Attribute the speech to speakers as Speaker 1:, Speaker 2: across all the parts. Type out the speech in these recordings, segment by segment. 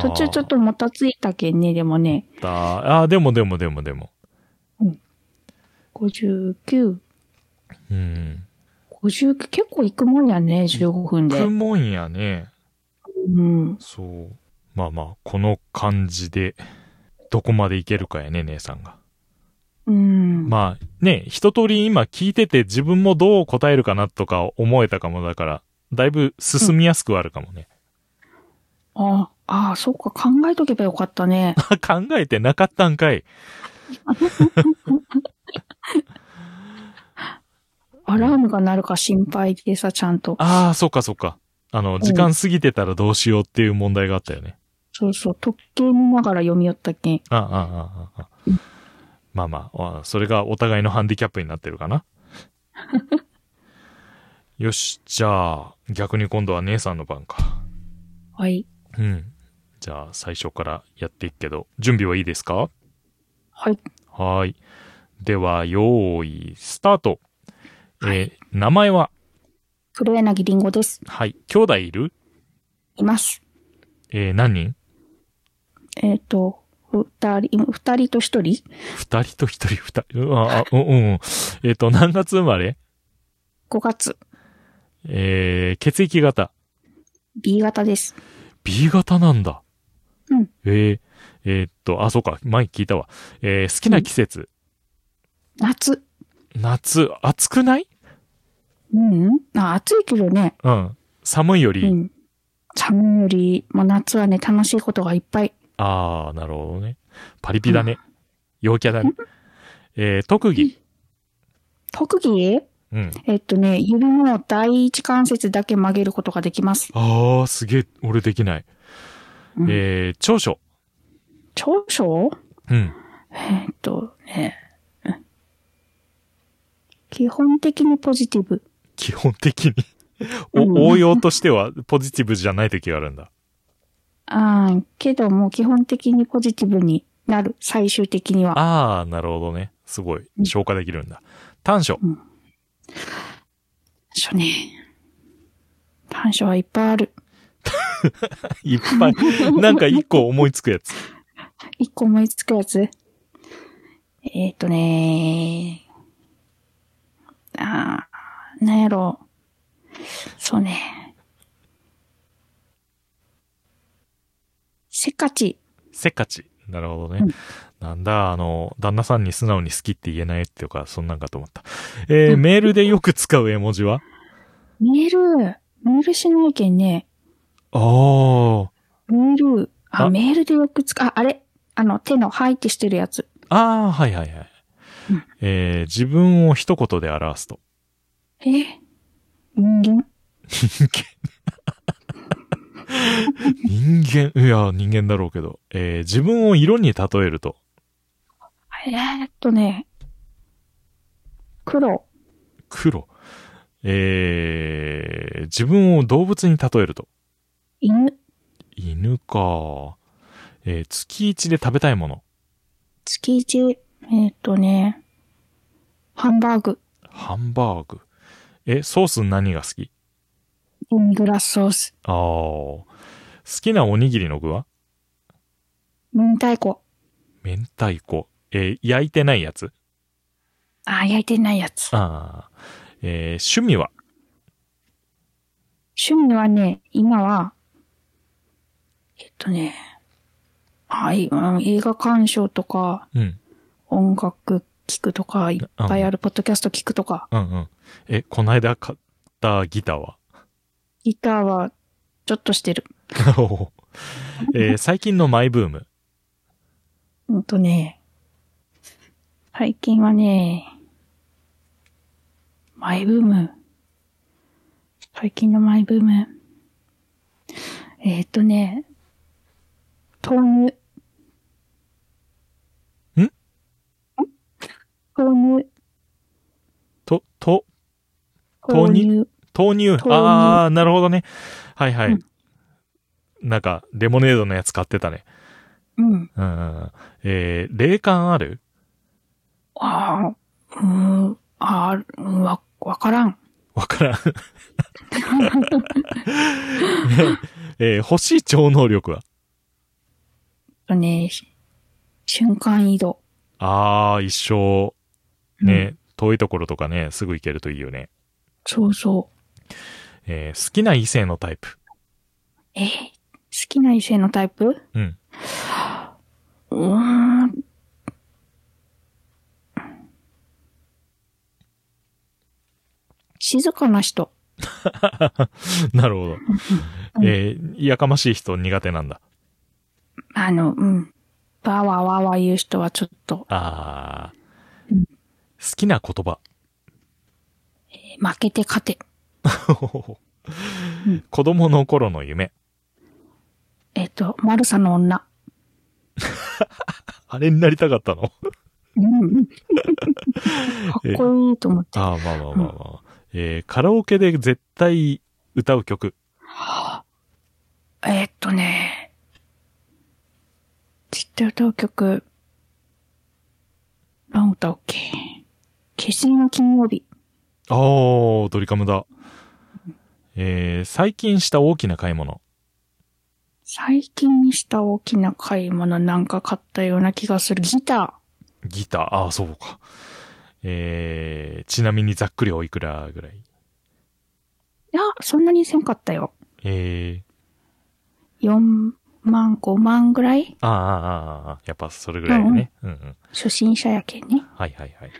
Speaker 1: 途中ちょっともたついたけんね、でもね、
Speaker 2: だあー、でもでもでもでも。
Speaker 1: 59、
Speaker 2: うん。
Speaker 1: 59、結構行くもんやね、15分で
Speaker 2: く。もんやね。
Speaker 1: うん。
Speaker 2: そう。まあまあ、この感じで、どこまでいけるかやね、姉さんが。
Speaker 1: うん。
Speaker 2: まあ、ね、一通り今聞いてて自分もどう答えるかなとか思えたかもだから、だいぶ進みやすくはあるかもね。
Speaker 1: ああ、ああ、そっか、考えとけばよかっ たね。
Speaker 2: 考えてなかったんかい。
Speaker 1: アラームが鳴るか心配でさ、ちゃんと。
Speaker 2: ああ、そっかそっか。あの、
Speaker 1: ん
Speaker 2: 時間過ぎてたらどうしようっていう問題があったよね。
Speaker 1: そうそう、時計見ながら読み寄ったけん。
Speaker 2: ああ、ああ、ああ。まあまあ、あそれがお互いのハンディキャップになってるかな。よし、じゃあ、逆に今度は姉さんの番か。
Speaker 1: はい。
Speaker 2: うん。じゃあ、最初からやっていくけど、準備はいいですか
Speaker 1: はい。
Speaker 2: はーい。では、用意、スタート。えー名前は
Speaker 1: 黒柳りんごです。
Speaker 2: はい。兄弟いる
Speaker 1: います。
Speaker 2: えー何人
Speaker 1: えっ、と、二人、二人と一人
Speaker 2: 二人と一人、二人。うわ、あ、うん、うん。えっ、と、何月生まれ
Speaker 1: ?5 月、
Speaker 2: えー血液型。
Speaker 1: B 型です。
Speaker 2: B 型なんだ。
Speaker 1: うん。
Speaker 2: えーえーっと、あ、そうか。前聞いたわ。えー好きな季節。
Speaker 1: 夏。
Speaker 2: 夏、暑くない
Speaker 1: うん、うん、あ暑いけどね。
Speaker 2: うん。寒いより、
Speaker 1: うん。寒いより、まあ、夏はね、楽しいことがいっぱい。
Speaker 2: あー、なるほどね。パリピだね。陽キャだね。えー特技。
Speaker 1: 特技
Speaker 2: うん。
Speaker 1: えっとね、指の第一関節だけ曲げることができます。
Speaker 2: あー、すげえ、俺できない。
Speaker 1: うん
Speaker 2: えー長所。
Speaker 1: 長所
Speaker 2: うん。
Speaker 1: えっとね、うん基本的にポジティブ。
Speaker 2: 基本的に。
Speaker 1: うん
Speaker 2: お応用としては、ポジティブじゃない時があるんだ。
Speaker 1: ああ、けどもう基本的にポジティブになる。最終的には。
Speaker 2: あー、なるほどね。すごい。
Speaker 1: うん
Speaker 2: 消化できるんだ。短所。
Speaker 1: そうね。短所はいっぱいある。
Speaker 2: いっぱ い。なんか一個思いつくやつ。
Speaker 1: 一個思いつくやつえっ、とねああ、なんやろそうね。せっかち。
Speaker 2: せっかち。なるほどね。
Speaker 1: うん
Speaker 2: なんだ、あの、旦那さんに素直に好きって言えないっていうか、そんなんかと思った。えーメールでよく使う絵文字は
Speaker 1: メール、メールしないけんね。
Speaker 2: あー。
Speaker 1: メール、あ、
Speaker 2: あ
Speaker 1: メールでよく使う。あ、あれあの、手のはいってしてるやつ。
Speaker 2: あー、はいはいはい。
Speaker 1: うん
Speaker 2: えー自分を一言で表すと。
Speaker 1: え人間
Speaker 2: 人間、いや、人間だろうけど。えー自分を色に例えると。
Speaker 1: えーっとね、黒、
Speaker 2: 黒。えー自分を動物に例えると。
Speaker 1: 犬、
Speaker 2: 犬か。えー月一で食べたいもの。
Speaker 1: 月一、えーっとね、ハンバーグ、
Speaker 2: ハンバーグ。え、ソース何が好き
Speaker 1: デミグラスソース、
Speaker 2: ああ。好きなおにぎりの具は
Speaker 1: 明太子。
Speaker 2: 明太子。えー焼いてないやつ
Speaker 1: あー、焼いてないやつ。
Speaker 2: ああ。えー趣味は
Speaker 1: 趣味はね、今は、えっとね、はい、うん映画鑑賞とか、
Speaker 2: うん。
Speaker 1: 音楽聴くとか、いっぱいある、ポッドキャスト聴くとか、
Speaker 2: うんうん。え、こないだ買ったギターは
Speaker 1: ギターは、ちょっとしてる。
Speaker 2: おーえー最近のマイブーム。
Speaker 1: うんとね、最近はね、マイブーム。最近のマイブーム。えーっ、とね、豆乳。
Speaker 2: ん
Speaker 1: 豆乳。
Speaker 2: と、と、豆乳
Speaker 1: 豆乳。
Speaker 2: 豆乳。
Speaker 1: 乳
Speaker 2: ああ、なるほどね。はいはい。
Speaker 1: うん
Speaker 2: なんか、レモネードのやつ買ってたね。
Speaker 1: うん。
Speaker 2: うんうんうん。えー霊感ある
Speaker 1: ああ、うーん、あーうんわ、わからん。
Speaker 2: わからん。 えー欲しい超能力は
Speaker 1: とね、し瞬間移動。
Speaker 2: ああ、一生、
Speaker 1: うん
Speaker 2: ね、遠いところとかね、すぐ行けるといいよね。
Speaker 1: そうそう。
Speaker 2: えー好きな異性のタイプ。
Speaker 1: えー好きな異性のタイプ
Speaker 2: うん。
Speaker 1: うーん。静かな人。
Speaker 2: なるほど。
Speaker 1: うん
Speaker 2: えーやかましい人苦手なんだ。
Speaker 1: あの、うん。わーわーわーわー言う人はちょっと、
Speaker 2: ああ
Speaker 1: うん。
Speaker 2: 好きな言葉。
Speaker 1: えー負けて勝て。ん
Speaker 2: 子供の頃の夢。
Speaker 1: えっ、と、マルサの女。
Speaker 2: あれになりたか ったの
Speaker 1: うん。 かっこいいと思って。
Speaker 2: ああ、まあまあまあまあ。えーカラオケで絶対歌う曲。
Speaker 1: えーっとね、知ってる歌う曲、何歌うっけ消しの金曜日。
Speaker 2: ああ、ドリカムだ。えー最近した大きな買い物。
Speaker 1: 最近した大きな買い物なんか買ったような気がする。ギタ
Speaker 2: ギター、ああ、そうか。えーちなみにざっくりおいくらぐらい。
Speaker 1: ー。いや、そんなにせんかったよ。
Speaker 2: えー、
Speaker 1: 4万、5万ぐらい
Speaker 2: あーあー、あーあー、やっぱそれぐらいだね。うん、うん。
Speaker 1: 初心者やけんね。
Speaker 2: はいはいはい。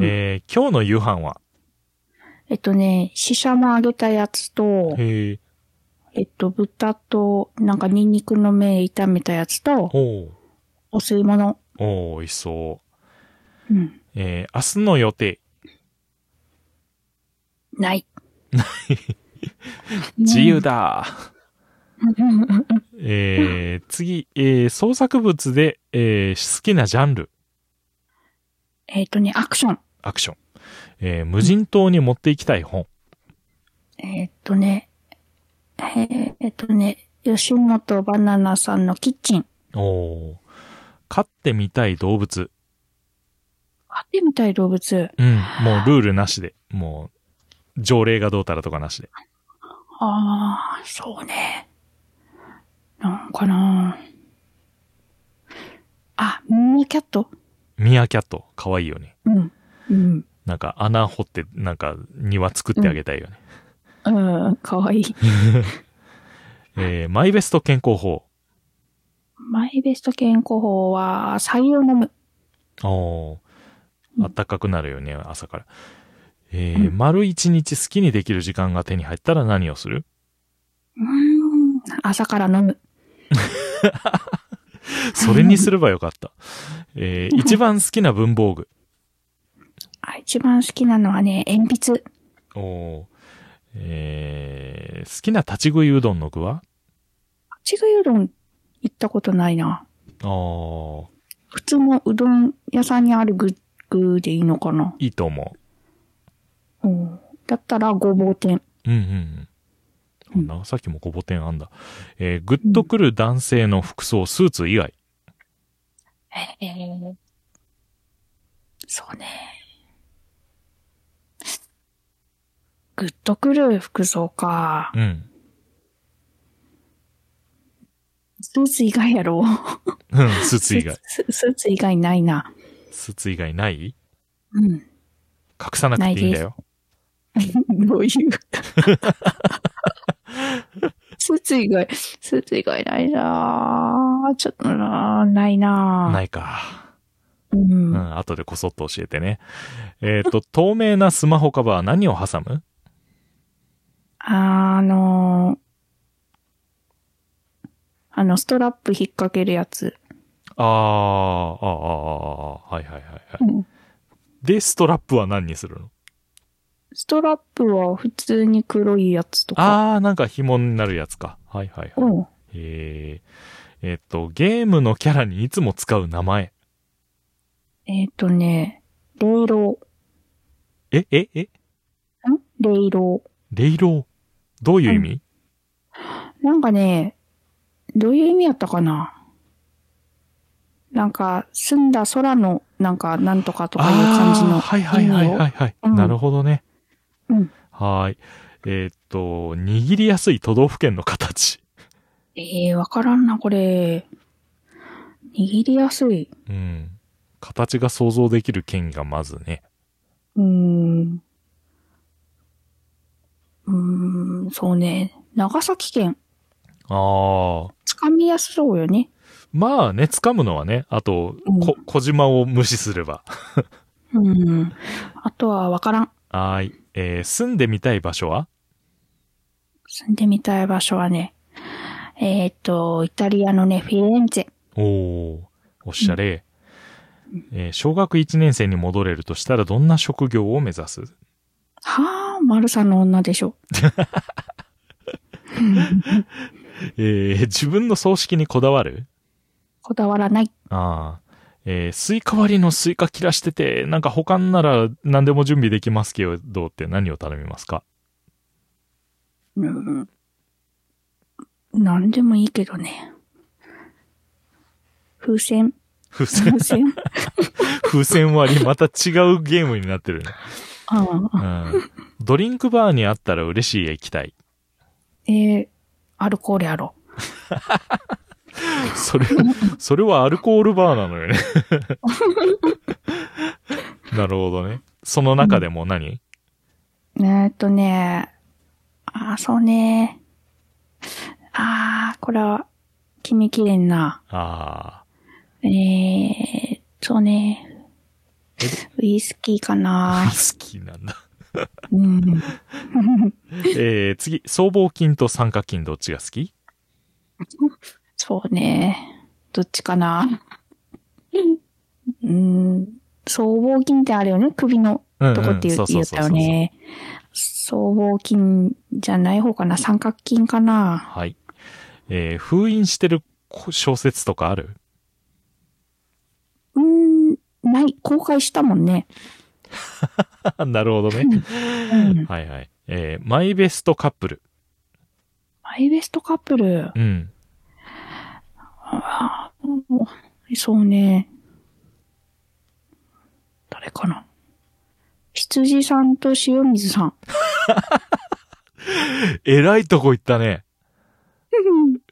Speaker 2: えー今日の夕飯は
Speaker 1: えっとね、シシャモ揚げたやつと、
Speaker 2: へえ、
Speaker 1: えっと、豚と、なんかニンニクの芽炒めたやつと、
Speaker 2: おう
Speaker 1: お吸い物。
Speaker 2: おう美味しそう。
Speaker 1: うん。
Speaker 2: えー明日の予定。
Speaker 1: ない。
Speaker 2: 自由だ。えー次、えー創作物で、えー好きなジャンル、
Speaker 1: えっ、とね、アクション。
Speaker 2: アクション。えー無人島に持っていきたい本。
Speaker 1: えっ、とね、えっ、とね、吉本バナナさんのキッチン。
Speaker 2: おー飼ってみたい動物。
Speaker 1: 飼ってみたい動物。
Speaker 2: うん。もうルールなしで。もう、条例がどうたらとかなしで。
Speaker 1: ああ、そうね。なんかなあ、ミーキャット
Speaker 2: ミアキャット、可愛いよね。
Speaker 1: うん。うん。
Speaker 2: なんか穴掘って、なんか庭作ってあげたいよね。
Speaker 1: うん、かわいい。
Speaker 2: えーマイベスト健康法。
Speaker 1: マイベスト健康法は、採用飲む。
Speaker 2: お
Speaker 1: う
Speaker 2: ー。
Speaker 1: ん
Speaker 2: あったかくなるよね、朝から。えー
Speaker 1: う
Speaker 2: 丸一日好きにできる時間が手に入ったら何をす る
Speaker 1: うーん、朝から飲む。
Speaker 2: それにすればよかった。えー一番好きな文房具。
Speaker 1: あ一番好きなのはね、鉛筆。
Speaker 2: おーえー好きな立ち食いうどんの具は
Speaker 1: ちぐいうどん行ったことないな。
Speaker 2: あー
Speaker 1: 普通のうどん屋さんにある具、具でいいのかな、
Speaker 2: いいと思
Speaker 1: うん、だったらごぼう天。
Speaker 2: う。うんうんうん。あなさっきもごぼ天あんだ。えーグッとくる男性の服装、スーツ以外。
Speaker 1: えー、 そうね。グッとくる服装か。
Speaker 2: うん。
Speaker 1: スーツ以外やろ。
Speaker 2: うん、スーツ以外。
Speaker 1: ス。ススーツ以外ないな。
Speaker 2: スーツ以外ない
Speaker 1: うん。
Speaker 2: 隠さなくていいんだよ。
Speaker 1: どう いう。スーツ以外、スーツ以外ないなちょっとなないな。
Speaker 2: ないいか。
Speaker 1: うん
Speaker 2: うん、後でこそっと教えてね。えっ、と、 透明なスマホカバー何を挟む
Speaker 1: あのあの、ストラップ引っ掛けるやつ。
Speaker 2: あー、あー、あーあー、はいはいはいはい。で、ストラップは何にするの
Speaker 1: ストラップは普通に黒いやつとか。あ
Speaker 2: あー、なんか紐になるやつか。はいはいはい。
Speaker 1: うん。
Speaker 2: えー、えっ、と、ゲームのキャラにいつも使う名前。
Speaker 1: えっ、とね、レイロ
Speaker 2: え、え、え、
Speaker 1: ー。んレイロ
Speaker 2: レイロー。どういう意味、
Speaker 1: ー。なんかね、どういう意味やったかななんか、澄んだ空の、なんか、なんとかとかいう感じ
Speaker 2: あー
Speaker 1: の。
Speaker 2: はいはいはいはいはい。
Speaker 1: うん
Speaker 2: なるほどね。
Speaker 1: うん。
Speaker 2: はーい。えっ、と、握りやすい都道府県の形。
Speaker 1: ええー、わからんな、これ。握りやすい。
Speaker 2: うん。形が想像できる剣がまずね。
Speaker 1: うーん。うーん、そうね。長崎県、
Speaker 2: ああ。
Speaker 1: つかみやすそうよね。
Speaker 2: まあね、掴むのはね、あと、
Speaker 1: うん
Speaker 2: こ、小島を無視すれば。
Speaker 1: うん。あとはわからん。
Speaker 2: はーい。えー住んでみたい場所は
Speaker 1: 住んでみたい場所はね、えっ、と、イタリアのね、フィレンツェ。
Speaker 2: おー、おっしゃれ。えー小学1年生に戻れるとしたらどんな職業を目指す
Speaker 1: はあ、マルサの女でしょ。
Speaker 2: えー 自分の葬式にこだわる
Speaker 1: こだわらない。
Speaker 2: ああ。えースイカ割りのスイカ切らしてて、なんか他んなら何でも準備できますけどって何を頼みますか
Speaker 1: うん。なんでもいいけどね。風船。
Speaker 2: 風船
Speaker 1: 風、船
Speaker 2: 風船割り、また違うゲームになってるね。
Speaker 1: う
Speaker 2: うん。ドリンクバーにあったら嬉しい液体。
Speaker 1: ん。えー、アルコールやろ。
Speaker 2: それ、それはアルコールバーなのよね。 なるほどね。その中でも何、
Speaker 1: えーっとね、あー、そうね。あー、これは、君綺麗な。
Speaker 2: ああ。
Speaker 1: えー、そうね。ウイスキーかな。
Speaker 2: 好きなんだ。
Speaker 1: うん。
Speaker 2: えー、次、僧帽筋と三角筋どっちが好き
Speaker 1: そうね。どっち かな。うん。僧帽筋ってあるよね。首の
Speaker 2: うん、うん。
Speaker 1: とこって言,、
Speaker 2: そうそ
Speaker 1: 言
Speaker 2: う
Speaker 1: っ
Speaker 2: そ
Speaker 1: た
Speaker 2: うそ
Speaker 1: よ
Speaker 2: う。
Speaker 1: ね。僧帽筋じゃない方かな。三角筋かな。
Speaker 2: はい。えー、封印してる小説とかある
Speaker 1: うーん。ない。公開したもんね。
Speaker 2: なるほどね。
Speaker 1: うん。
Speaker 2: はいはい。えーマイベストカップル。
Speaker 1: マイベストカップル。
Speaker 2: うん。
Speaker 1: あーそうね。誰かな。羊さんと塩水さん。
Speaker 2: えらいとこ行ったね。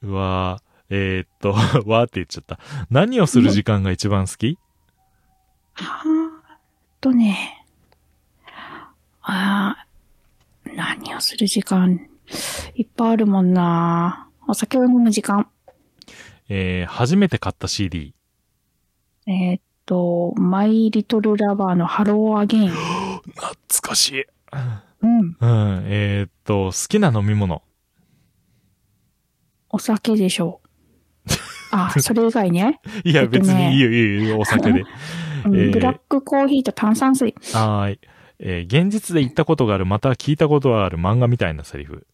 Speaker 2: うわーえーっと、 わーって言っちゃった。何をする時間が一番好き
Speaker 1: はーっとね、あー何をする時間、いっぱいあるもんな。お酒を飲む時間。
Speaker 2: えー初めて買った CD。
Speaker 1: えーっと、マイリトルラバーのハローアゲイン。
Speaker 2: 懐かしい。
Speaker 1: うん。
Speaker 2: うん、えーっと、好きな飲み物。
Speaker 1: お酒でしょう。 あ、それ以外ね。
Speaker 2: い
Speaker 1: え
Speaker 2: や、
Speaker 1: っとね
Speaker 2: 別にいいよ、いいよ、いいよ、お酒 で。
Speaker 1: うん
Speaker 2: えー
Speaker 1: ブラックコーヒーと炭酸水。
Speaker 2: はーい。えー現実で言ったことがある、または聞いたことがある漫画みたいなセリフ。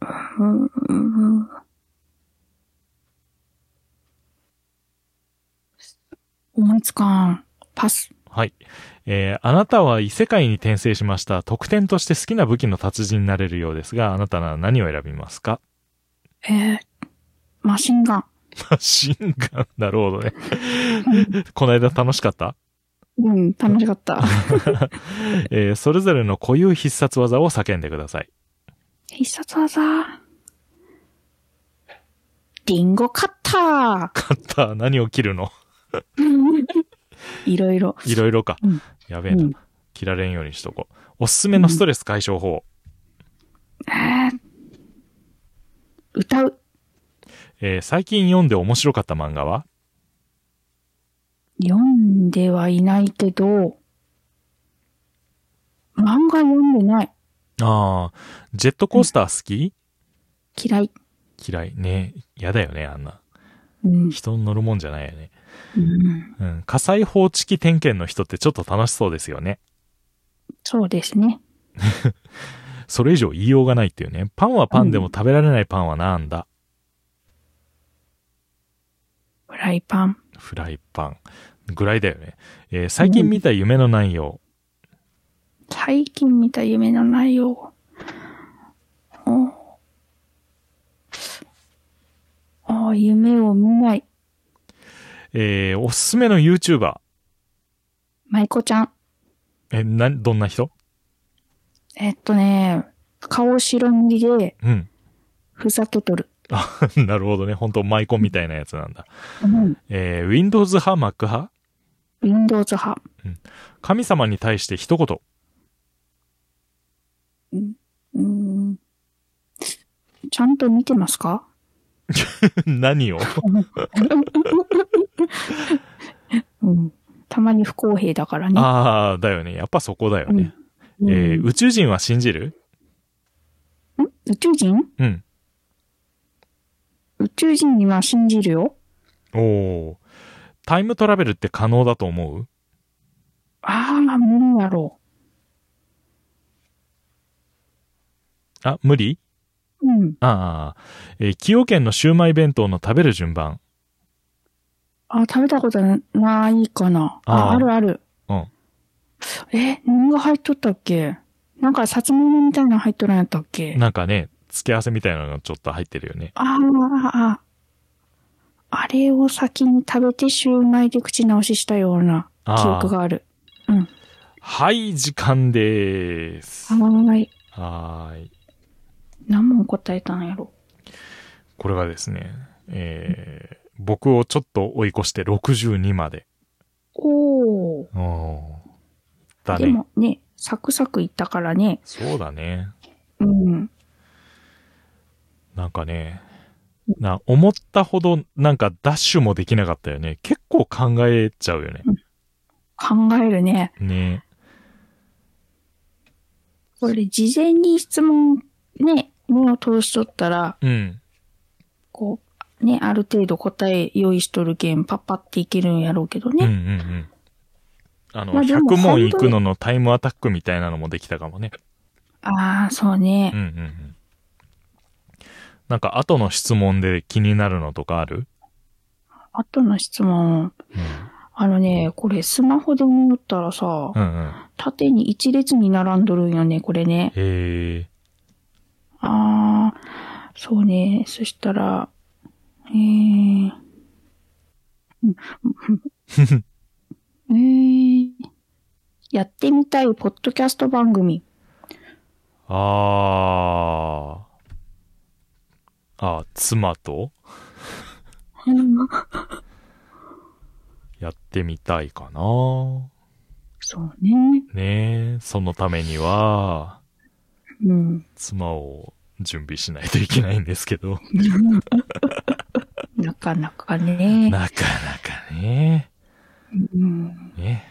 Speaker 1: うんうんうん思いつかん。パス。
Speaker 2: はい。えーあなたは異世界に転生しました。特典として好きな武器の達人になれるようですが、あなたなら何を選びますか
Speaker 1: えー、マシンガン。
Speaker 2: マシンガン。なるほどね。 この間楽しかった
Speaker 1: うん、楽しかった。
Speaker 2: えーそれぞれの固有必殺技を叫んでください。
Speaker 1: 必殺技。リンゴカッタ
Speaker 2: カッター、何を切るの
Speaker 1: ーいろいろ。
Speaker 2: いろいろか。
Speaker 1: うん
Speaker 2: や
Speaker 1: う
Speaker 2: べえな。
Speaker 1: ん、
Speaker 2: 切られんようにしとこう。おすすめのストレス解消法。
Speaker 1: えー歌う。
Speaker 2: えー最近読んで面白かった漫画は
Speaker 1: 読んではいないけど、漫画読んでない。
Speaker 2: ああ、ジェットコースター好き、
Speaker 1: 嫌い。
Speaker 2: 嫌い。ね嫌だよね、あんな。
Speaker 1: うん。
Speaker 2: 人に乗るもんじゃないよね。
Speaker 1: うん、
Speaker 2: うん。火災報知器点検の人ってちょっと楽しそうですよね。
Speaker 1: そうですね。
Speaker 2: それ以上言いようがないっていうね。パンはパンでも食べられないパンはなんだ、
Speaker 1: フライパン。
Speaker 2: フライパン。ぐらいだよね。えー最近見た夢の内容。
Speaker 1: 最近見た夢の内容。おああ、夢を見ない。
Speaker 2: えーおすすめの YouTuber。
Speaker 1: 舞子ちゃん。
Speaker 2: え、な、どんな人
Speaker 1: えっとね、顔白塗りで
Speaker 2: うん。
Speaker 1: ふざけとる。
Speaker 2: なるほどね。本当マイコンみたいなやつなんだ。
Speaker 1: うん。
Speaker 2: えー、Windows 派、Mac 派
Speaker 1: Windows 派。
Speaker 2: 神様に対して一言。
Speaker 1: うーん。ちゃんと見てますか
Speaker 2: 何を
Speaker 1: うん。たまに不公平だからね。
Speaker 2: ああ、だよね。やっぱそこだよね。
Speaker 1: うん、
Speaker 2: えー宇宙人は信じる
Speaker 1: ん宇宙人
Speaker 2: うん。
Speaker 1: 宇宙人には信じるよ。
Speaker 2: おお。タイムトラベルって可能だと思う
Speaker 1: ああ、無理やろ
Speaker 2: あ、無理
Speaker 1: う。うん。
Speaker 2: ああ。えー崎陽軒のシウマイ弁当の食べる順番。
Speaker 1: あー食べたことないかな。あ
Speaker 2: あー
Speaker 1: あるある。
Speaker 2: うん。
Speaker 1: え、何が入っとったっけなんか、さつまいもみたいなの入っとらんやったっけ
Speaker 2: なんかね、付け合わせみたいなのがちょっと入ってるよね。
Speaker 1: あーあー、あれを先に食べてシューマイで口直ししたような記
Speaker 2: あ
Speaker 1: 憶
Speaker 2: あ。
Speaker 1: がある。
Speaker 2: はい、時間でー
Speaker 1: は
Speaker 2: す。
Speaker 1: ーい。
Speaker 2: はーい。
Speaker 1: 何問答えたんやろ。
Speaker 2: これがですね、えー、僕をちょっと追い越して62まで。
Speaker 1: おー。
Speaker 2: おーだ
Speaker 1: で
Speaker 2: ね。
Speaker 1: もね、サクサクいったからね。
Speaker 2: そうだね。
Speaker 1: うん。
Speaker 2: なんかね、な、思ったほどなんかダッシュもできなかったよね。結構考えちゃうよね。
Speaker 1: 考えるね。
Speaker 2: ね。
Speaker 1: これ、事前に質問、ね、目を通しとったら、
Speaker 2: うん。
Speaker 1: こう、ね、ある程度答え用意しとるけん、パッパっていけるんやろうけど
Speaker 2: うんうんう
Speaker 1: ね。
Speaker 2: ん。あの、
Speaker 1: まあでも
Speaker 2: 100問行くののタイムアタックみたいなのもできたかもね。
Speaker 1: ああ、そう
Speaker 2: うん
Speaker 1: ね。
Speaker 2: うんうん。なんか後の質問で気になるのとかある
Speaker 1: 後の質問。あのね、これ、スマホで見よったらさ
Speaker 2: う、んうん。
Speaker 1: 縦に一列に並んどるんよね、これね。
Speaker 2: へえ。
Speaker 1: ああ、そうね。そしたら、えー、 うんえー、やってみたいポッドキャスト番組。
Speaker 2: あー。あー、妻とやってみたいかな。
Speaker 1: そうね。
Speaker 2: ねえ、そのためには、
Speaker 1: うん。
Speaker 2: 妻を準備しないといけないんですけど。
Speaker 1: なかなかね。
Speaker 2: なかなかね。
Speaker 1: うん、
Speaker 2: ね。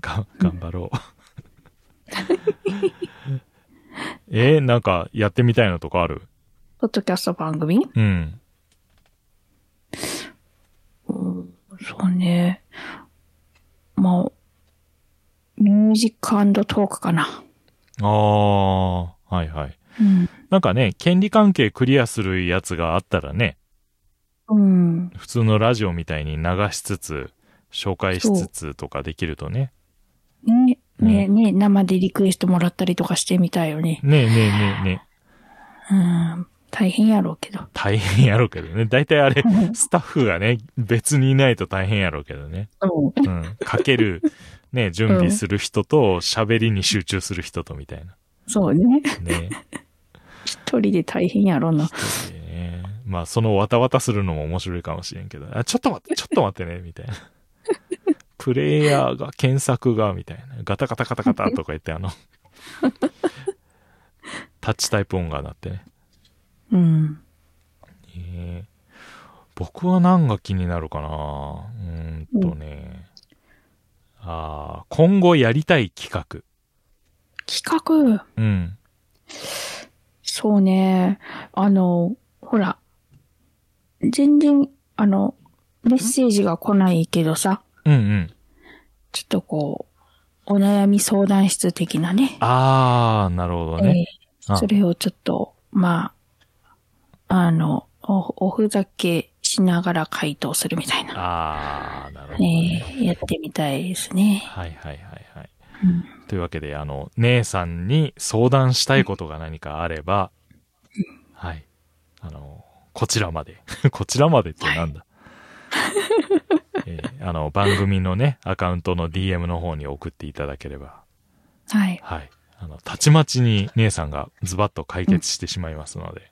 Speaker 2: が、頑張 ろう。えーなんかやってみたいのとかある
Speaker 1: ポッドキャスト番組
Speaker 2: うん。
Speaker 1: そうね。まあ、ミュージックトークかな。
Speaker 2: ああ、はいはい。
Speaker 1: うん。
Speaker 2: なんかね、権利関係クリアするやつがあったらね、
Speaker 1: うん。
Speaker 2: 普通のラジオみたいに流しつつ、紹介しつつとかできるとね。
Speaker 1: ね、ね、
Speaker 2: う
Speaker 1: ね、生でリクエストもらったりとかしてみたいよね。
Speaker 2: ねえねえねえねえ。
Speaker 1: うん、大変やろうけど。
Speaker 2: 大変やろうけどね。だいたいあれ
Speaker 1: う、ん
Speaker 2: スタッフがね、別にいないと大変やろうけどね。うん。かける、ね、準備する人と、喋りに集中する人とみたいな。
Speaker 1: そうね。
Speaker 2: ね。
Speaker 1: 一人で大変やろうな。
Speaker 2: 一人でねまあ、そのわたわたするのも面白いかもしれんけど、あ、ちょっと待って、ちょっと待ってね、みたいな。プレイヤーが、検索が、みたいな。ガタガタガタガタとか言って、あの、タッチタイプ音が鳴ってね。
Speaker 1: うん。
Speaker 2: えー僕は何が気になるかなうーんとね。ああ、今後やりたい企画。
Speaker 1: 企画、
Speaker 2: うん。
Speaker 1: そうね。あの、ほら、全然、あの、メッセージが来ないけどさ、
Speaker 2: うんうん。
Speaker 1: ちょっとこう、お悩み相談室的なね。
Speaker 2: ああ、なるほどね。
Speaker 1: えー
Speaker 2: あ
Speaker 1: それをちょっと、まあ、あの、お、おふざけしながら回答するみたいな。
Speaker 2: ああ、なるほど
Speaker 1: え
Speaker 2: ね。
Speaker 1: ーやってみたいですね。
Speaker 2: はいはいはいはい。
Speaker 1: うん
Speaker 2: というわけで、あの、姉さんに相談したいことが何かあれば、はい。あの、こちらまで。 こちらまでってなんだ、えーあの、番組のね、アカウントの DM の方に送っていただければ、
Speaker 1: はい。
Speaker 2: はい。あの、たちまちに姉さんがズバッと解決してしまいますので、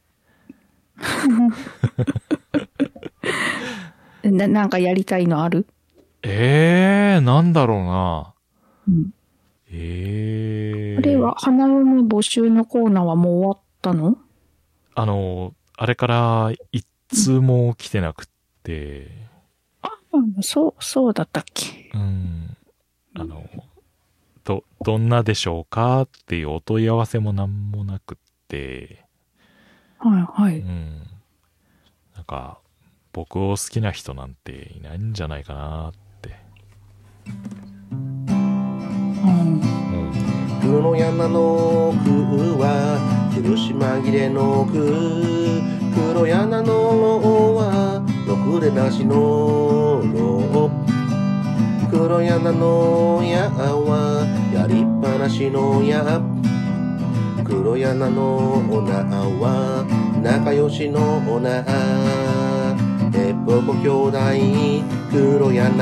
Speaker 1: ななんかやりたいのある
Speaker 2: ええー、なんだろうな。
Speaker 1: うん
Speaker 2: ええー。
Speaker 1: あれは、花嫁募集のコーナーはもう終わったの
Speaker 2: あの、あれから一通も来てなくって、
Speaker 1: うんそう、そうだったっけ
Speaker 2: うん。あの、ど、どんなでしょうかっていうお問い合わせもなんもなくって、
Speaker 1: はいは
Speaker 2: う
Speaker 1: い。
Speaker 2: ん。なんか、僕を好きな人なんていないんじゃないかなって。
Speaker 1: うん
Speaker 2: うん。
Speaker 3: 久野山の空は苦し紛れの空黒柳の王はろくでなしのろ黒柳の矢はやりっぱなしの矢黒柳の女は仲良しの女えっぽこ兄弟黒柳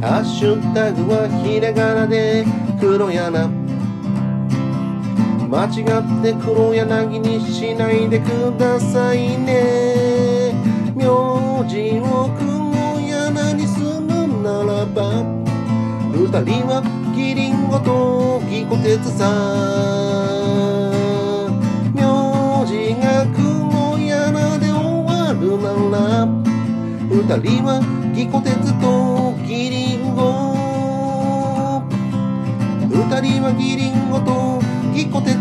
Speaker 3: ハッシュタグはひらがなで黒柳間違って黒柳にしないでくださいね名字を黒柳にするならば二人はキリンゴとギコテツさ名字が黒柳で終わるなら二人はギコ鉄とギリンゴ二人はギリンゴとギコ鉄